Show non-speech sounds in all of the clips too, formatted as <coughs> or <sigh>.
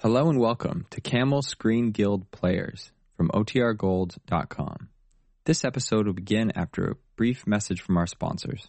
Hello and welcome to Camel Screen Guild Players from OTRGold.com. This episode will begin after a brief message from our sponsors.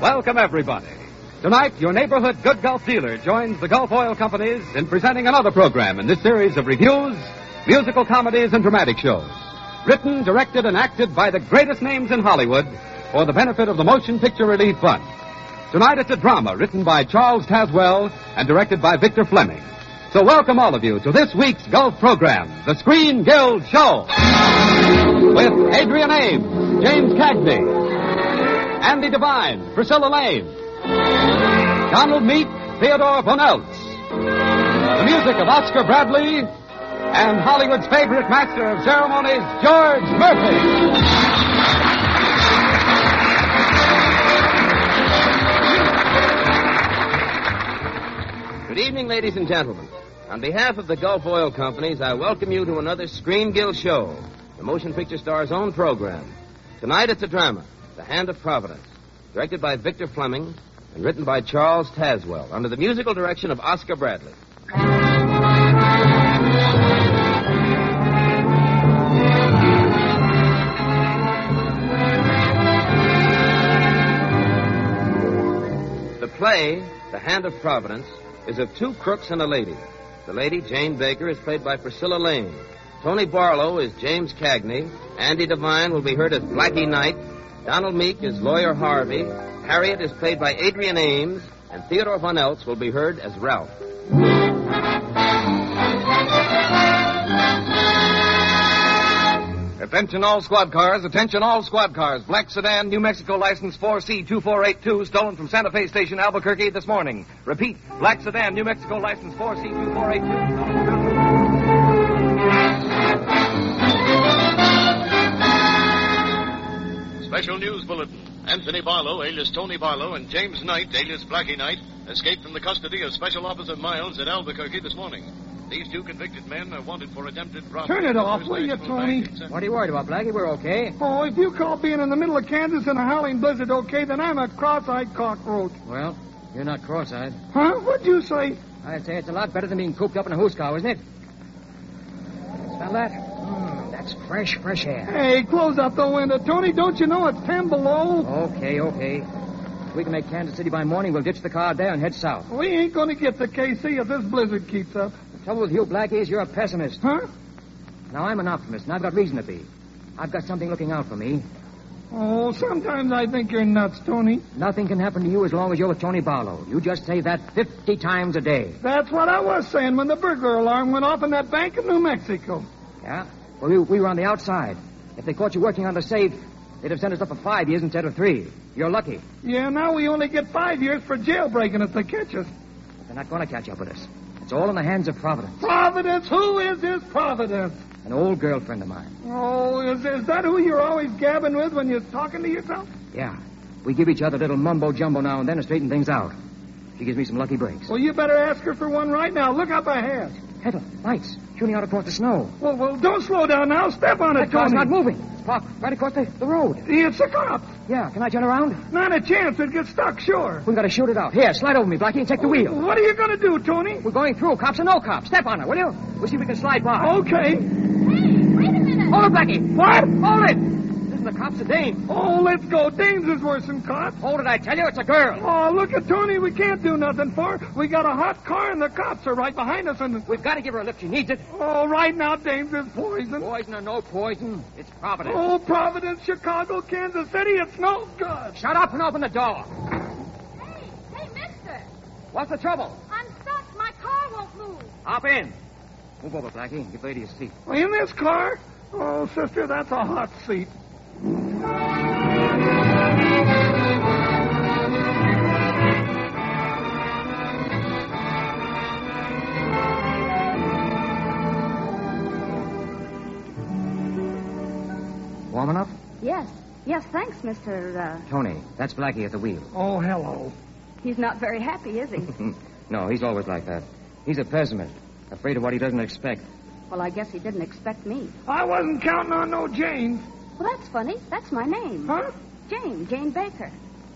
Welcome, everybody. Tonight, your neighborhood good Gulf dealer joins the Gulf Oil Companies in presenting another program in this series of reviews, musical comedies, and dramatic shows. Written, directed, and acted by the greatest names in Hollywood for the benefit of the Motion Picture Relief Fund. Tonight, it's a drama written by Charles Caswell and directed by Victor Fleming. So, welcome all of you to this week's Gulf program, The Screen Guild Show. With Adrian Ames, James Cagney, Andy Devine, Priscilla Lane, Donald Meek, Theodore Von Eltz, the music of Oscar Bradley, and Hollywood's favorite master of ceremonies, George Murphy. Good evening, ladies and gentlemen. On behalf of the Gulf Oil Companies, I welcome you to another Screen Guild show, the motion picture star's own program. Tonight it's a drama, The Hand of Providence, directed by Victor Fleming and written by Charles Taswell, under the musical direction of Oscar Bradley. The play, The Hand of Providence, is of two crooks and a lady. The lady, Jane Baker, is played by Priscilla Lane. Tony Barlow is James Cagney. Andy Devine will be heard as Blackie Knight. Donald Meek is Lawyer Harvey. Harriet is played by Adrian Ames. And Theodore Von Eltz will be heard as Ralph. Attention all squad cars, attention all squad cars. Black sedan, New Mexico license 4C2482, stolen from Santa Fe Station, Albuquerque this morning. Repeat, black sedan, New Mexico license 4C2482. Special news bulletin. Anthony Barlow, alias Tony Barlow, and James Knight, alias Blackie Knight, escaped from the custody of Special Officer Miles at Albuquerque this morning. These two convicted men are wanted for attempted robbery. Turn it off, will you, Tony? What are you worried about, Blackie? We're okay. Oh, if you call being in the middle of Kansas in a howling blizzard okay, then I'm a cross-eyed cockroach. Well, you're not cross-eyed. Huh? What'd you say? I'd say it's a lot better than being cooped up in a hose cow, isn't it? Smell that? Mm, that's fresh, fresh air. Hey, close up the window, Tony. Don't you know it's ten below? Okay, okay. If we can make Kansas City by morning, we'll ditch the car there and head south. We ain't gonna get to KC if this blizzard keeps up. The trouble with you, Blackie, is you're a pessimist. Huh? Now, I'm an optimist, and I've got reason to be. I've got something looking out for me. Oh, sometimes I think you're nuts, Tony. Nothing can happen to you as long as you're with Tony Barlow. You just say that 50 times a day. That's what I was saying when the burglar alarm went off in that bank in New Mexico. Yeah? Well, we, we were on the outside. If they caught you working on the safe, they'd have sent us up for five years instead of three. You're lucky. Yeah, now we only get five years for jailbreaking if they catch us. But they're not going to catch up with us. It's all in the hands of Providence. Providence, who is this Providence? An old girlfriend of mine. Oh, is, is that who you're always gabbing with when you're talking to yourself? Yeah. We give each other little mumbo jumbo now and then to straighten things out. She gives me some lucky breaks. Well, you better ask her for one right now. Look up ahead. Heather, lights, shooting out across the snow. Well, well, don't slow down now. Step on it, That car's Tony. not moving. It's parked right across the, the road. It's a cop. Yeah, can I turn around? Not a chance. It'd get stuck, sure. We've got to shoot it out. Here, slide over me, Blackie, and take the wheel. What are you going to do, Tony? We're going through, cops or no cops. Step on her, will you? We'll see if we can slide by. Okay. Hold it, Blackie. What? Hold it. This is the cops of Dame. Oh, let's go. Danes is worse than cops. Hold it, I tell you, it's a girl. Oh, look at Tony. We can't do nothing for her. We got a hot car, and the cops are right behind us. And We've got to give her a lift. She needs it. oh, right now, Danes is poison. Poison or no poison, it's Providence. Oh, Providence, Chicago, Kansas City, it's no good. Shut up and open the door. Hey, hey, mister! What's the trouble? I'm stuck. My car won't move. Hop in. Move over, Blackie, and give lady a seat. In this car? Oh, sister, that's a hot seat. Warm enough? Yes. Yes, thanks, Mr. Uh, Tony, that's Blackie at the wheel. <laughs> Oh, hello. he's not very happy, is he? No, he's always like that. He's a pessimist, afraid of what he doesn't expect. well, I guess he didn't expect me. I wasn't counting on no Jane. Well, that's funny. That's my name. Huh? Jane, Jane Baker.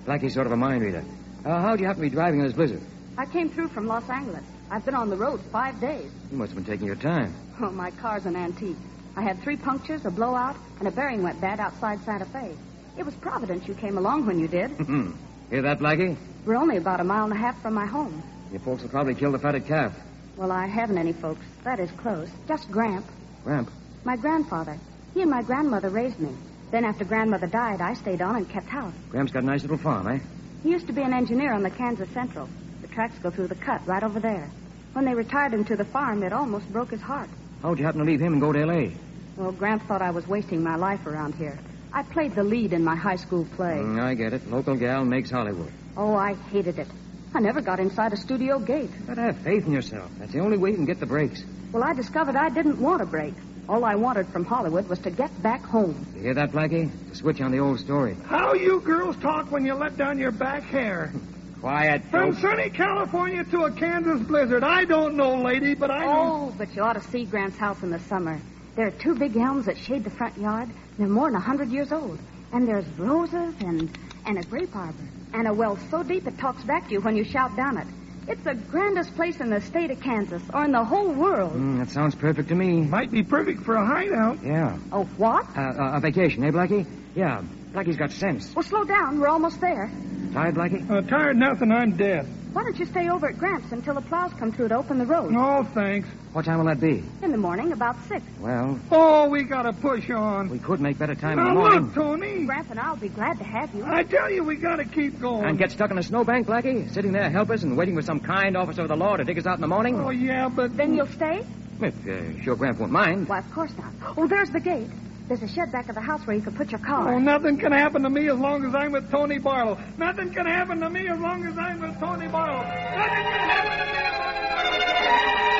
Blackie's sort of a mind reader. Uh, how'd you happen to be driving in this blizzard? I came through from Los Angeles. I've been on the road five days. <laughs> You must have been taking your time. Oh, my car's an antique. I had three punctures, a blowout, and a bearing went bad outside Santa Fe. It was Providence you came along when you did. Hmm. Hear that, Blackie? We're only about a mile and a half from my home. Your folks will probably kill the fatted calf. Well, I haven't any folks. That is close. Just Gramp. Ramp. My grandfather. He and my grandmother raised me. Then after grandmother died, I stayed on and kept house. Graham's got a nice little farm, eh? He used to be an engineer on the Kansas Central. The tracks go through the cut right over there. When they retired him to the farm, it almost broke his heart. How'd you happen to leave him and go to L.A.? Well, Gramp thought I was wasting my life around here. I played the lead in my high school play. Mm, I get it. Local gal makes Hollywood. Oh, I hated it. I never got inside a studio gate. Gotta have faith in yourself. That's the only way you can get the breaks. Well, I discovered I didn't want a break. All I wanted from Hollywood was to get back home. You hear that, Blackie? To switch on the old story. How you girls talk when you let down your back <laughs> hair. Quiet, From sunny California to a Kansas blizzard. I don't know, lady, but I know. Oh, but you ought to see Grant's house in the summer. There are two big elms that shade the front yard. They're more than a hundred years old. And there's roses and, and a grape arbor. And a well so deep it talks back to you when you shout down it. It's the grandest place in the state of Kansas, or in the whole world. Mm, that sounds perfect to me. Might be perfect for a hideout. Yeah. Oh, what? Uh, uh, a vacation, eh, Blackie? Yeah. Blackie's got sense. Well, slow down. We're almost there. Tired, Blackie? Uh, tired nothing, I'm dead. Why don't you stay over at Gramps until the plows come through to open the road? No, thanks. What time will that be? In the morning, about six. Well, Oh, we gotta push on. we could make better time in the now morning. look, Tony. Gramp and I'll be glad to have you. I tell you, we gotta keep going. And get stuck in a snowbank, Blackie? Sitting there helpless and waiting for some kind officer of the law to dig us out in the morning? Oh yeah, but Then you'll stay? If uh, sure Gramp won't mind. Why, of course not. Oh, there's the gate. There's a shed back of the house where you can put your car. Oh, nothing can happen to me as long as I'm with Tony Barlow. Nothing can happen to me as long as I'm with Tony Barlow. Nothing can happen to me. as long as I'm with Tony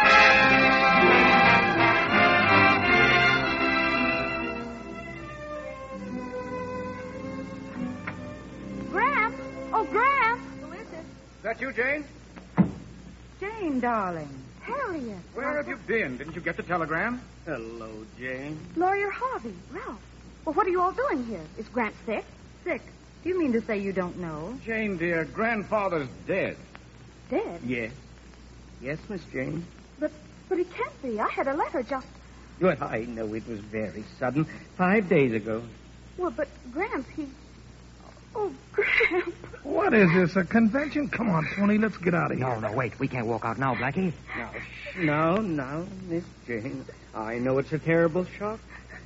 Barlow. Gramp! Oh, Gramp! Who is it? That you, Jane? Jane, darling. Harriet. Uh, Where have you been? Didn't you get the telegram? Hello, Jane. Lawyer Harvey. Ralph. Well, what are you all doing here? Is Gramp sick? Sick. You mean to say you don't know? Jane, dear, grandfather's dead. Dead? Yes. Yes, Miss Jane. But but he can't be. I had a letter just. Well, I know it was very sudden. Five days ago. Well, but Gramp, he. Oh, Gramp. What is this? A convention? Come on, Tony, let's get out of here. No, no, wait. We can't walk out now, Blackie. Now, sh- now, now, Miss Jane. I know it's a terrible shock.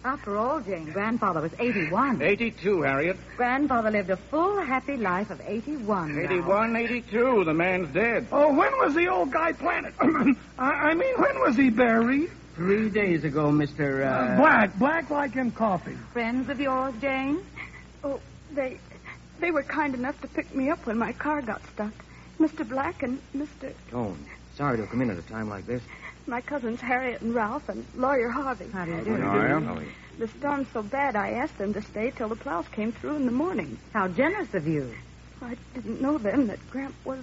After all, Jane, grandfather was 81. 82, Harriet. Grandfather lived a full, happy life of 81. now. 81, 82. The man's dead. Oh, when was the old guy planted? <clears throat> I, I mean, when was he buried? Three days ago, Mr. Uh, black, black like in coffee. Friends of yours, Jane? Oh, they they were kind enough to pick me up when my car got stuck. Mr. Black and Mr. Tone, sorry to come in at a time like this. my cousins Harriet and Ralph and lawyer Harvey. How do you do? I The storm's so bad I asked them to stay till the plows came through in the morning. How generous of you. I didn't know then that Gramp was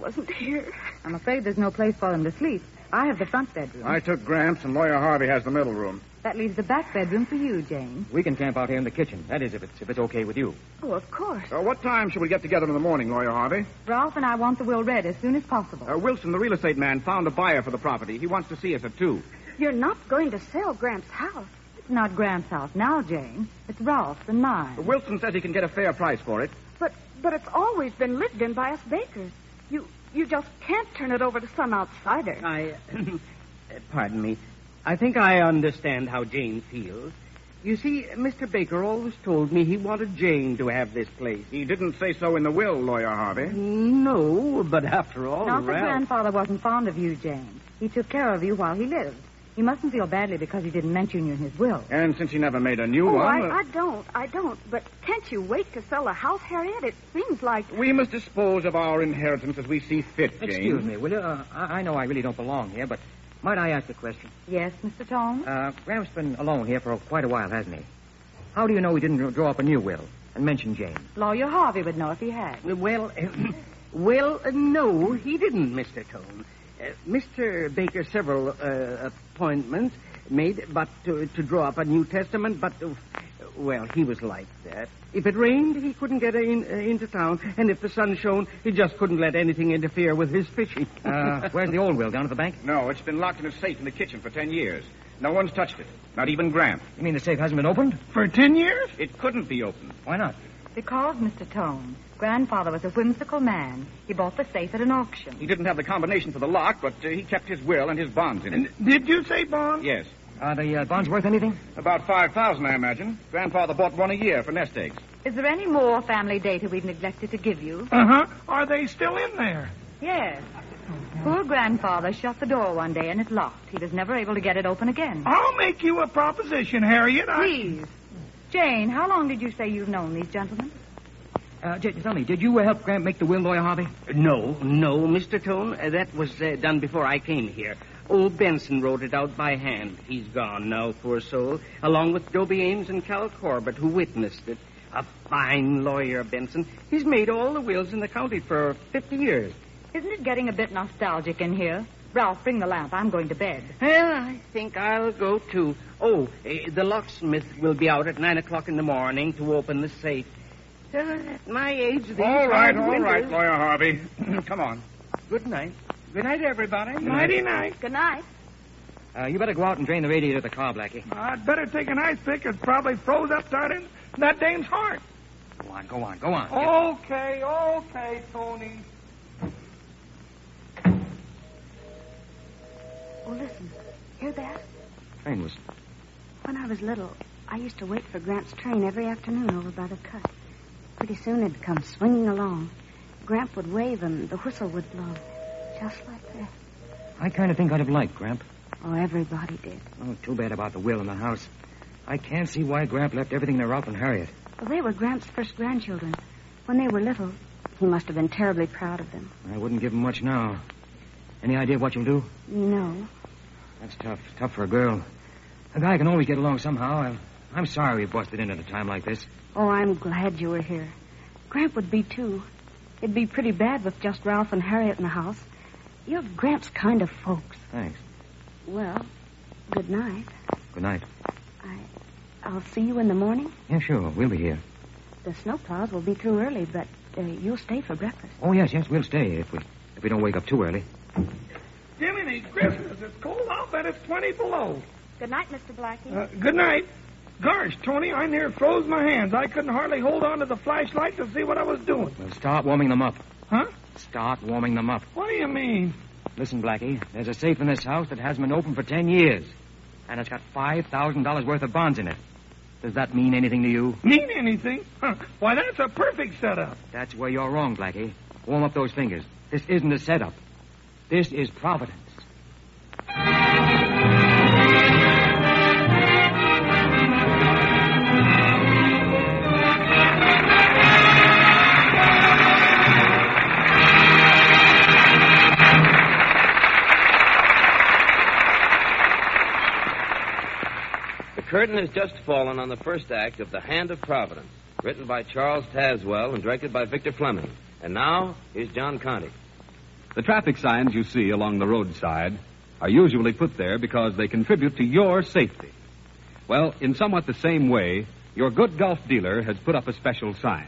wasn't here. <laughs> I'm afraid there's no place for them to sleep. I have the front bedroom. I took Gramps, and Lawyer Harvey has the middle room. That leaves the back bedroom for you, Jane. We can camp out here in the kitchen. That is, if it's, if it's okay with you. Oh, of course. Uh, what time should we get together in the morning, Lawyer Harvey? Ralph and I want the will read as soon as possible. Uh, Wilson, the real estate man, found a buyer for the property. He wants to see us at two. You're not going to sell Gramp's house. It's not Gramp's house now, Jane. It's Ralph's and Oh, mine. Wilson says he can get a fair price for it. But but it's always been lived in by us bakers. You you just can't turn it over to some outsider. I. <coughs> pardon me. I think I understand how Jane feels. You see, Mr. Baker always told me he wanted Jane to have this place. He didn't say so in the will, Lawyer Harvey. No, but after all, Not that Ralph. grandfather wasn't fond of you, Jane. He took care of you while he lived. You mustn't feel badly because he didn't mention you in his will. And since he never made a new oh, one, I, uh, I don't, I don't. But can't you wait to sell the house, Harriet? It seems like we must dispose of our inheritance as we see fit, Jane. Excuse me, will you? Uh, I, I know I really don't belong here, but might I ask a question? Yes, Mr. Tong. Uh, Graham's been alone here for quite a while, hasn't he? How do you know he didn't draw up a new will and mention Jane? Lawyer Harvey would know if he had. Well, uh, <clears throat> well, uh, no, he didn't, Mr. Tone. Uh, Mr. Baker, several uh, appointments made, but to, to draw up a New Testament, but, uh, well, he was like that. If it rained, he couldn't get in, uh, into town, and if the sun shone, he just couldn't let anything interfere with his fishing. Uh, where's the old will? Down at the bank? No, it's been locked in a safe in the kitchen for ten years. No one's touched it, not even Graham. You mean the safe hasn't been opened? For ten years? It couldn't be opened. Why not? Because, Mr. Tone, grandfather was a whimsical man. He bought the safe at an auction. He didn't have the combination for the lock, but uh, he kept his will and his bonds in it. Did you say bond? Yes. Are the uh, bonds worth anything? About 5000 I imagine. Grandfather bought one a year for nest eggs. Is there any more family data we've neglected to give you? Uh huh. Are they still in there? Yes. Poor grandfather shut the door one day and it locked. He was never able to get it open again. I'll make you a proposition, Harriet. I- Please. Jane, how long did you say you've known these gentlemen? Uh, j- tell me, did you uh, help Graham make the will, Lawyer Harvey? No, no, Mr. Tone. Uh, that was uh, done before I came here. Old Benson wrote it out by hand. He's gone now, poor soul, along with Dobie Ames and Cal Corbett, who witnessed it. A fine lawyer, Benson. He's made all the wills in the county for 50 years. Isn't it getting a bit nostalgic in here? Ralph, bring the lamp. I'm going to bed. Well, I think I'll go too. Oh, eh, the locksmith will be out at 9 o'clock in the morning to open the safe. Uh, at my age, these All right, hard all right, winters- Lawyer Harvey. Come on. Good night. Good night, everybody. Nighty night. Good night. Uh, you better go out and drain the radiator of the car, Blackie. I'd better take an ice pick. It's probably froze up tight in that dame's heart. Go on, go on, go on. Okay, okay, Tony. Oh, listen. Hear that? Train was. When I was little, I used to wait for Grant's train every afternoon over by the cut. Pretty soon it'd come swinging along. Gramp would wave and the whistle would blow. Just like that. I kind of think I'd have liked Gramp. Oh, everybody did. Oh, too bad about the will in the house. I can't see why Gramp left everything to Ralph and Harriet. Well, they were Gramp's first grandchildren. When they were little, he must have been terribly proud of them. I wouldn't give him much now. Any idea what you'll do? No. That's tough. Tough for a girl. A guy can always get along somehow. I'm, I'm sorry we busted in at a time like this. Oh, I'm glad you were here. Gramp would be, too. It'd be pretty bad with just Ralph and Harriet in the house. You're Gramp's kind of folks. Thanks. Well, good night. Good night. I, I'll see you in the morning. Yeah, sure. We'll be here. The snowplows will be through early, but uh, you'll stay for breakfast. Oh, yes, yes, we'll stay if we if we don't wake up too early. Jiminy Christmas, it's cold. I'll bet it's 20 below. Good night, Mr. Blackie. Uh, good night. Gosh, Tony, I near froze my hands. I couldn't hardly hold on to the flashlight to see what I was doing. We'll start warming them up. Huh? Start warming them up. What do you mean? Listen, Blackie, there's a safe in this house that hasn't been opened for ten years. And it's got $5,000 worth of bonds in it. Does that mean anything to you? Mean anything? Huh. Why, that's a perfect setup. That's where you're wrong, Blackie. Warm up those fingers. This isn't a setup. This is Providence. The curtain has just fallen on the first act of The Hand of Providence, written by Charles Taswell and directed by Victor Fleming. And now, here's John Conti. The traffic signs you see along the roadside are usually put there because they contribute to your safety. Well, in somewhat the same way, your good golf dealer has put up a special sign,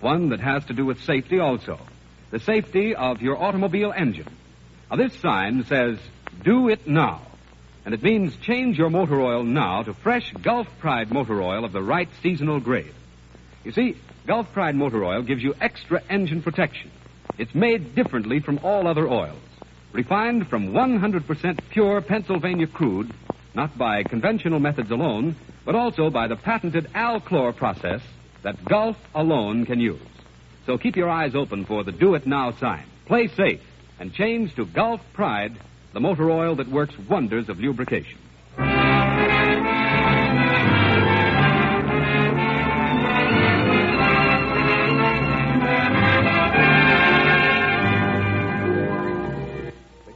one that has to do with safety also the safety of your automobile engine. Now, this sign says, Do it now. And it means change your motor oil now to fresh Gulf Pride motor oil of the right seasonal grade. You see, Gulf Pride motor oil gives you extra engine protection. It's made differently from all other oils, refined from 100% pure Pennsylvania crude, not by conventional methods alone, but also by the patented Alclor process that Gulf alone can use. So keep your eyes open for the Do It Now sign. Play safe and change to Gulf Pride the motor oil that works wonders of lubrication.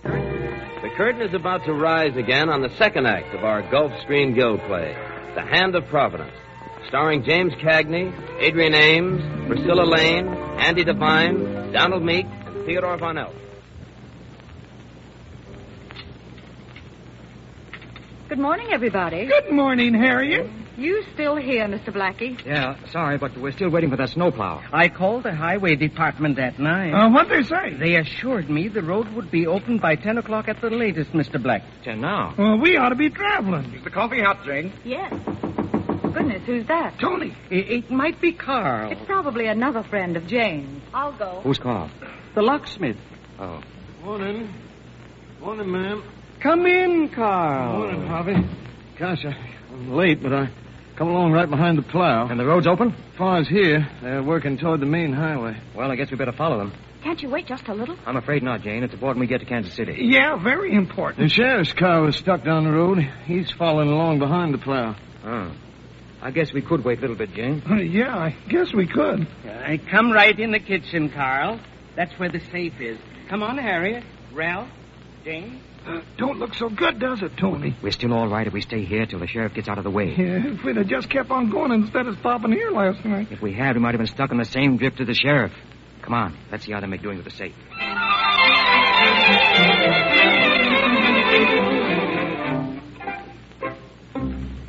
The curtain is about to rise again on the second act of our Gulf Screen Guild play, The Hand of Providence, starring James Cagney, Adrian Ames, Priscilla Lane, Andy Devine, Donald Meek, and Theodore Von Elf. Good morning, everybody. Good morning, Harriet. You still here, Mr. Blackie? Yeah, sorry, but we're still waiting for that snowplow. I called the highway department that night. Uh, what'd they say? They assured me the road would be open by 10 o'clock at the latest, Mr. Black. 10 now? Well, we ought to be traveling. Is the coffee hot, Jane? Yes. Goodness, who's that? Tony. It, it might be Carl. It's probably another friend of Jane's. I'll go. Who's Carl? The locksmith. Oh. Morning. Morning, ma'am. Come in, Carl. Morning, Harvey. Gosh, I, am late, but I come along right behind the plow. And the road's open? Far's here. They're working toward the main highway. Well, I guess we better follow them. Can't you wait just a little? I'm afraid not, Jane. It's important we get to Kansas City. Yeah, very important. The sheriff's car was stuck down the road. He's following along behind the plow. Oh. I guess we could wait a little bit, Jane. Uh, <laughs> yeah, I guess we could. Uh, come right in the kitchen, Carl. That's where the safe is. Come on, Harriet. Ralph. Jane. Uh, don't look so good, does it, Tony? We're still all right if we stay here till the sheriff gets out of the way. Yeah, if we'd have just kept on going instead of stopping here last night. If we had, we might have been stuck in the same drift as the sheriff. Come on, let's see how they make doing with the safe.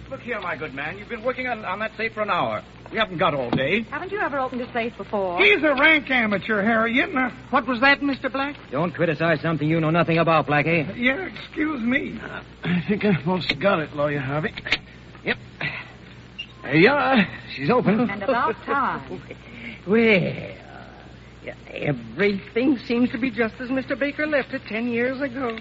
Look here, my good man. You've been working on, on that safe for an hour. We haven't got all day. Haven't you ever opened a safe before? He's a rank amateur, Harriet. Now, what was that, Mr. Black? Don't criticize something you know nothing about, Oh, Blackie. Yeah, excuse me. Uh, I think I almost got it, Lawyer Harvey. Yep. There you are. She's open. And about time. well, yeah, everything seems to be just as Mr. Baker left it ten years ago.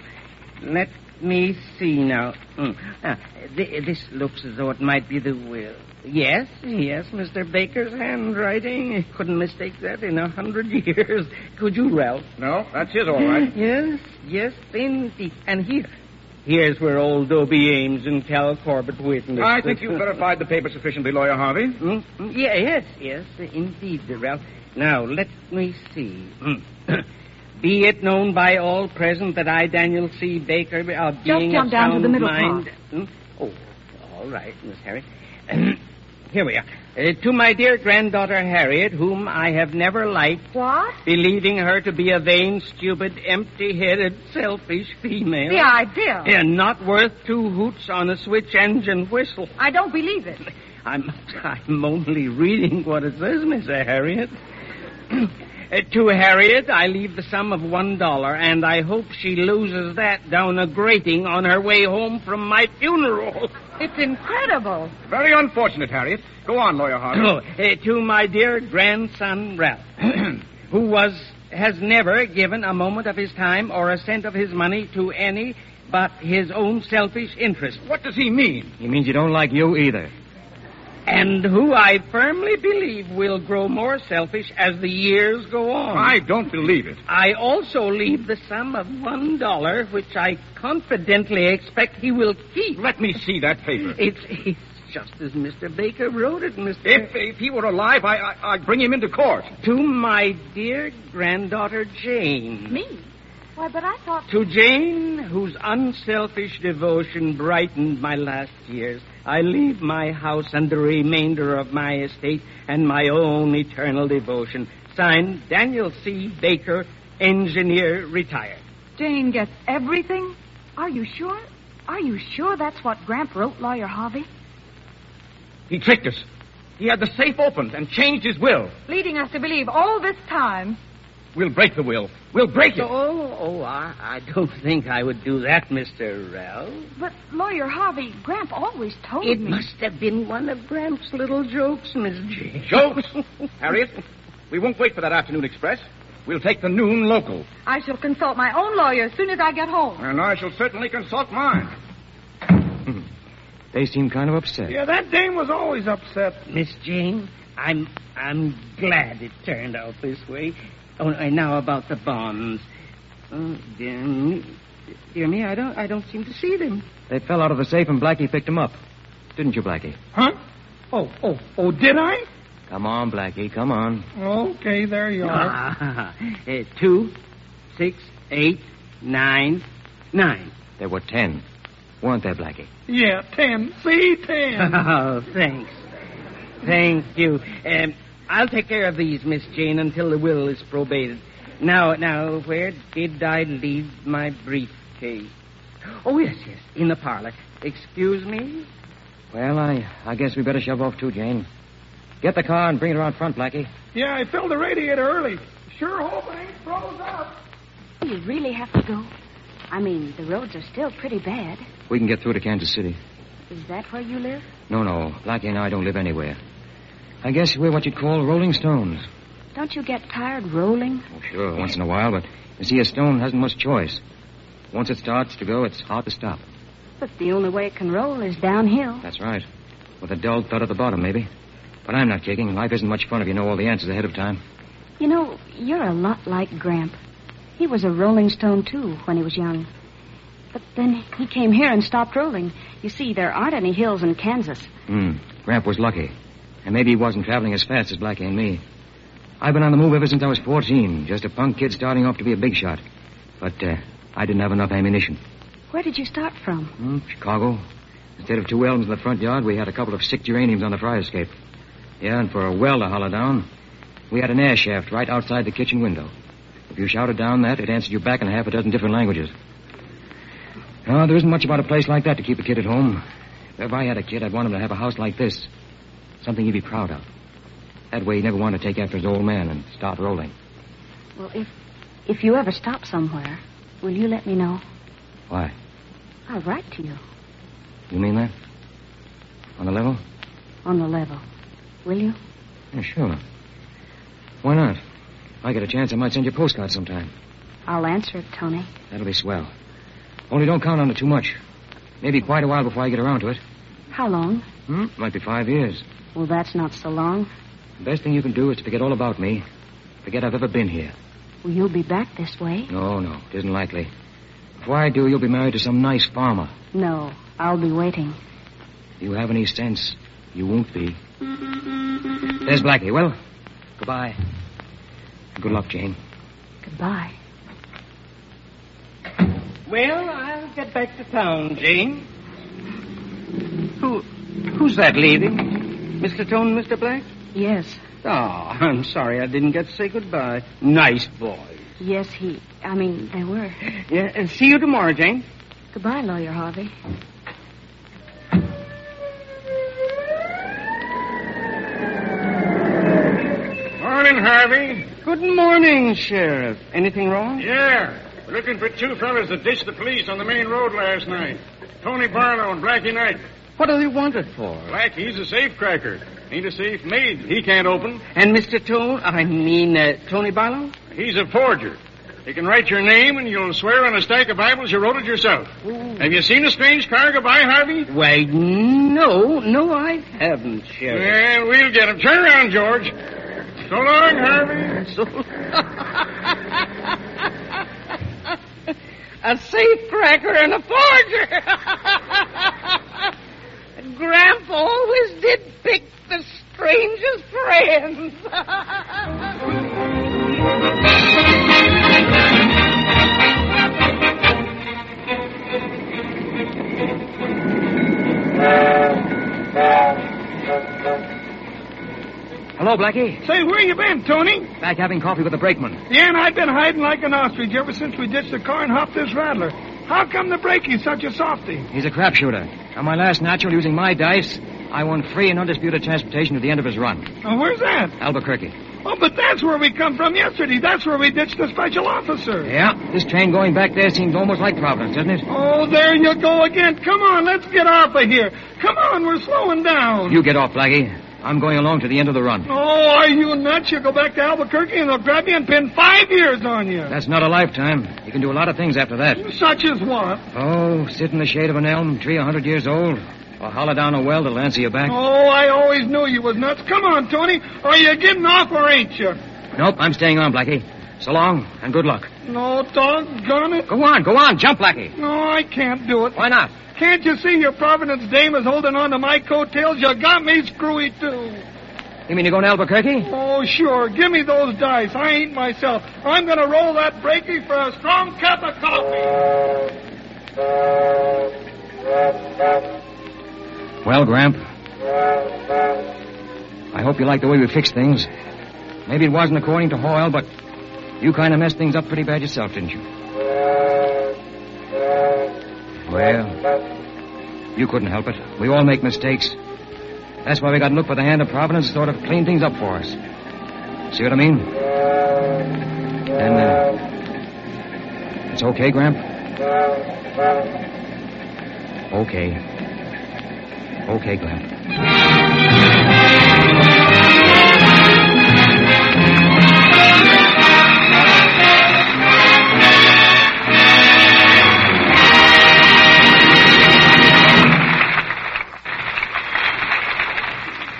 Let me see now. Mm. Ah, th- this looks as though it might be the will. Yes, yes, Mr. Baker's handwriting. I couldn't mistake that in a hundred <laughs> years. Could you, Ralph? No, that's his, all <laughs> right. yes, yes, indeed. And here. Here's where old Dobie Ames and Cal Corbett witnessed. I think you've verified the paper sufficiently, Lawyer Harvey. Mm? Yeah, yes, yes, indeed, Ralph. Now, let me see. Mm. <coughs> Be it known by all present that I, Daniel C. Baker, uh, being Just jump of down sound to the middle mind. part. Oh, all right, Miss Harriet. <coughs> Here we are. Uh, to my dear granddaughter Harriet, whom I have never liked. What? Believing her to be a vain, stupid, empty-headed, selfish female. The idea. And not worth two hoots on a switch engine whistle. I don't believe it. I'm, I'm only reading what it says, Miss Harriet. <clears throat> Uh, to Harriet, I leave the sum of one dollar, and I hope she loses that down a grating on her way home from my funeral. It's incredible. Very unfortunate, Harriet. Go on, Lawyer Harvey. uh, to my dear grandson Ralph, <clears throat> who was has never given a moment of his time or a cent of his money to any but his own selfish interest. What does he mean? He means you don't like you either and who I firmly believe will grow more selfish as the years go on. I don't believe it. I also leave the sum of one dollar, which I confidently expect he will keep. Let me see that paper. It's, it's just as Mr. Baker wrote it, Mr. If, if he were alive, I, I, I'd bring him into court. To my dear granddaughter Jane. Me? Why, but I thought. To Jane, whose unselfish devotion brightened my last years, I leave my house and the remainder of my estate and my own eternal devotion. Signed, Daniel C. Baker, engineer, retired. Jane gets everything? Are you sure? Are you sure that's what Gramp wrote, Lawyer Harvey? He tricked us. He had the safe opened and changed his will. Leading us to believe all this time We'll break the will. We'll break it. Oh, oh, I, I don't think I would do that, Mr. Ralph. But, Lawyer Harvey, Gramp always told it me. It must have been one of Gramp's little jokes, Miss Jane. Jokes? Harriet, we won't wait for that afternoon express. We'll take the noon local. I shall consult my own lawyer as soon as I get home. And I shall certainly consult mine. They seem kind of upset. Yeah, that dame was always upset. Miss Jane, I'm I'm glad it turned out this way. Oh, and now about the bonds. Oh, dear me. Dear me, I don't, I don't seem to see them. They fell out of the safe and Blackie picked them up. Didn't you, Blackie? Huh? Oh, oh, oh, did I? Come on, Blackie, come on. Okay, there you are. <laughs> Ah, eh, two, six, eight, nine, nine. There were ten. Weren't there, Blackie? Yeah, ten. See, ten. <laughs> <laughs> Oh, thanks. Thank you. Um, I'll take care of these, Miss Jane, until the will is probated. Now, now, where did I leave my briefcase? Oh, yes, yes, in the parlor. Excuse me? Well, I, I guess we better shove off too, Jane. Get the car and bring it around front, Blackie. yeah, I filled the radiator early. Sure hope it ain't froze up. You really have to go? I mean, the roads are still pretty bad. We can get through to Kansas City. Is that where you live? No, no. Blackie and I don't live anywhere. I guess we're what you'd call rolling stones. Don't you get tired rolling? Oh, sure, once in a while, but you see, a stone hasn't much choice. Once it starts to go, it's hard to stop. But the only way it can roll is downhill. That's right. With a dull thud at the bottom, maybe. But I'm not kicking. Life isn't much fun if you know all the answers ahead of time. You know, you're a lot like Gramp. He was a rolling stone, too, when he was young. But then he came here and stopped rolling. You see, there aren't any hills in Kansas. Hmm. Gramp was lucky. And maybe he wasn't traveling as fast as Blackie and me. I've been on the move ever since I was 14, just a punk kid starting off to be a big shot. But uh, I didn't have enough ammunition. Where did you start from? Hmm, Chicago. Instead of two elms in the front yard, we had a couple of sick geraniums on the fire escape. Yeah, and for a well to holler down, we had an air shaft right outside the kitchen window. If you shouted down that, it answered you back in half a dozen different languages. No, there isn't much about a place like that to keep a kid at home. If I had a kid, I'd want him to have a house like this. Something he'd be proud of. That way he'd never want to take after his old man and start rolling. Well, if if you ever stop somewhere, will you let me know? Why? I'll write to you You mean that? On the level? on the level. Will you? Yeah, Oh, sure. Why not? If I get a chance, I might send you a postcard sometime. I'll answer it, Tony. That'll be swell. Only don't count on it too much. Maybe quite a while before I get around to it. How long? Hmm? Might be five years. Well, that's not so long. The best thing you can do is to forget all about me. Forget I've ever been here. Well, you'll be back this way. No, no, it isn't likely. Before I do, you'll be married to some nice farmer. No, I'll be waiting. If you have any sense, you won't be. There's Blackie. Well, goodbye. Good luck, Jane. Goodbye. Well, I'll get back to town, Jane. Who, who's that lady? Mr. Tone, Mr. Black? Yes, Oh, I'm sorry I didn't get to say goodbye. Nice boy. yes, he. I mean, they were. Yeah, and see you tomorrow, Jane. Goodbye, lawyer Harvey. Morning, Harvey. Good morning, Sheriff. Anything wrong? Yeah. We're looking for two fellas that ditched the police on the main road last night. Tony Barlow and Blackie Knight. What do they want it for? Blackie's a safecracker. Ain't a safe made. He can't open. And Mr. Tone, I mean uh, Tony Barlow? He's a forger. He can write your name and you'll swear on a stack of Bibles you wrote it yourself. Have you seen a strange car go by, Harvey? Why, no, no, I haven't, Sheriff. Well, we'll get him. Turn around, George. So long, Harvey. So... a safe cracker and a forger. Grandpa always did pick the strangest friends. Hello, Blackie. Say, where you been, Tony? Back having coffee with the brakeman. Yeah, and I've been hiding like an ostrich ever since we ditched the car and hopped this rattler. How come the brakeie's such a softy? He's a crapshooter. On my last natural, using my dice, I won free and undisputed transportation to the end of his run. Now, where's that? Albuquerque. Oh, but that's where we come from yesterday. That's where we ditched the special officer. Yeah, this train going back there seems almost like Providence, doesn't it? Oh, there you go again. Come on, let's get off of here. Come on, we're slowing down. You get off, Blackie. I'm going along to the end of the run. Oh, are you nuts? You go back to Albuquerque and they'll grab you and pin five years on you. That's not a lifetime. You can do a lot of things after that. Such as what? Oh, sit in the shade of an elm tree a hundred years old, or holler down a well that'll answer you back. Oh, I always knew you was nuts. Come on, Tony. Are you getting off or ain't you? Nope, I'm staying on, Blackie. So long, and good luck. No, doggone it. Go on, go on. Jump, Blackie. No, I can't do it. Why not? Can't you see your Providence dame is holding on to my coattails? You got me screwy, too. You mean you're going to Albuquerque? Oh, sure. Give me those dice. I ain't myself. I'm going to roll that breaky for a strong cup of coffee. Well, Gramp, I hope you like the way we fixed things. Maybe it wasn't according to Hoyle, but you kind of messed things up pretty bad yourself, didn't you? Well, you couldn't help it. We all make mistakes. That's why we got to look for the hand of Providence to sort of clean things up for us. See what I mean? And uh, it's okay, Gramp? Okay. Okay, Gramp.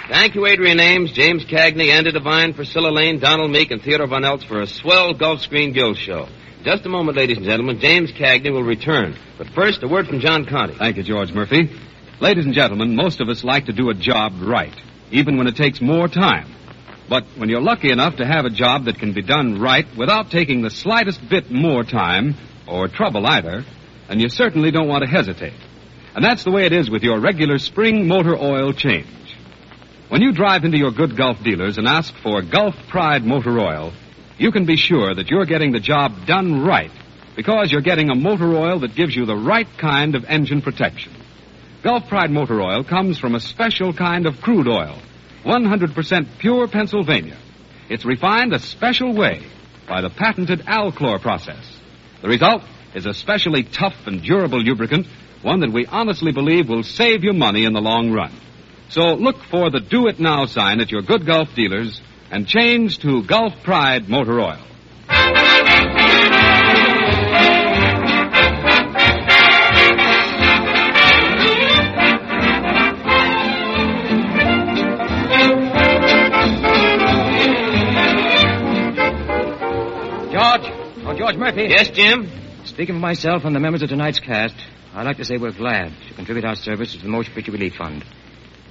Thank you, Adrian Ames, James Cagney, Andy Devine, Priscilla Lane, Donald Meek, and Theodore Von Eltz for a swell Gulf Screen Guild show. Just a moment, ladies and gentlemen. James Cagney will return. But first, a word from John Conti. Thank you, George Murphy. Ladies and gentlemen, most of us like to do a job right, even when it takes more time. But when you're lucky enough to have a job that can be done right without taking the slightest bit more time or trouble either, then you certainly don't want to hesitate. And that's the way it is with your regular spring motor oil change. When you drive into your good Gulf dealers and ask for Gulf Pride Motor Oil, you can be sure that you're getting the job done right because you're getting a motor oil that gives you the right kind of engine protection. Gulf Pride Motor Oil comes from a special kind of crude oil, 100% pure Pennsylvania. It's refined a special way by the patented Alclor process. The result is a specially tough and durable lubricant, one that we honestly believe will save you money in the long run. So look for the Do It Now sign at your good Gulf dealers and change to Gulf Pride Motor Oil. George! Oh, George Murphy. Yes, Jim? Speaking for myself and the members of tonight's cast, I'd like to say we're glad to contribute our services to the Motion Picture Relief Fund.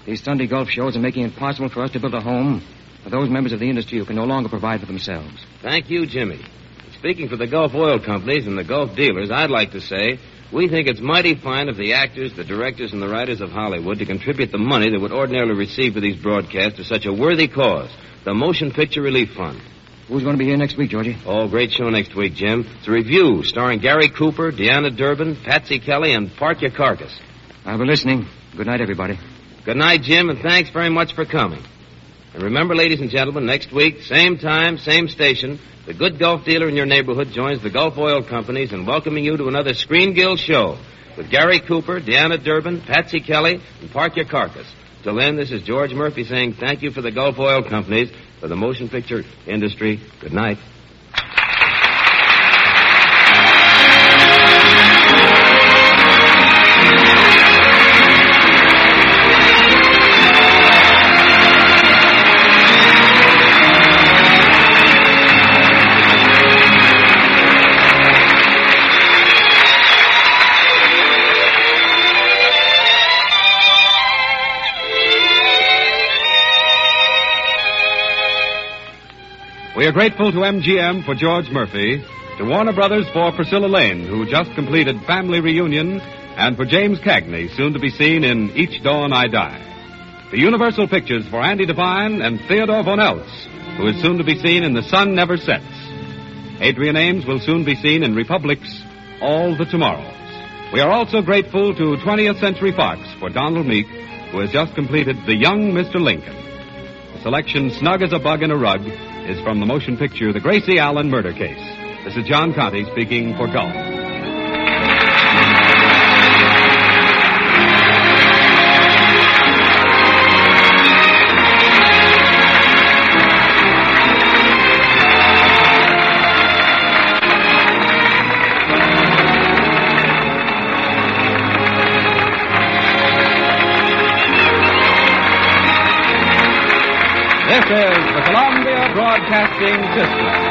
These Sunday golf shows are making it possible for us to build a home for those members of the industry who can no longer provide for themselves. Thank you, Jimmy. Speaking for the Gulf oil companies and the Gulf dealers, I'd like to say we think it's mighty fine of the actors, the directors, and the writers of Hollywood to contribute the money they would ordinarily receive for these broadcasts to such a worthy cause, the Motion Picture Relief Fund. Who's going to be here next week, Georgie? Oh, great show next week, Jim. It's a review starring Gary Cooper, Deanna Durbin, Patsy Kelly, and Park Your Carcass. I'll be listening. Good night, everybody. Good night, Jim, and thanks very much for coming. And remember, ladies and gentlemen, next week, same time, same station, the good Gulf dealer in your neighborhood joins the Gulf Oil Companies in welcoming you to another Screen Guild show with Gary Cooper, Deanna Durbin, Patsy Kelly, and Park Your Carcass. Till then, this is George Murphy saying thank you for the Gulf Oil Companies, for the motion picture industry. Good night. We are grateful to MGM for George Murphy, to Warner Brothers for Priscilla Lane, who just completed Family Reunion, and for James Cagney, soon to be seen in Each Dawn I Die. The Universal Pictures for Andy Devine and Theodore Von Eltz, who is soon to be seen in The Sun Never Sets. Adrian Ames will soon be seen in Republic's All the Tomorrows. We are also grateful to 20th Century Fox for Donald Meek, who has just completed The Young Mr. Lincoln. The selection Snug as a Bug in a Rug is from the motion picture The Gracie Allen Murder Case. This is John Conti speaking for Gulf. This is the Columbia Broadcasting System.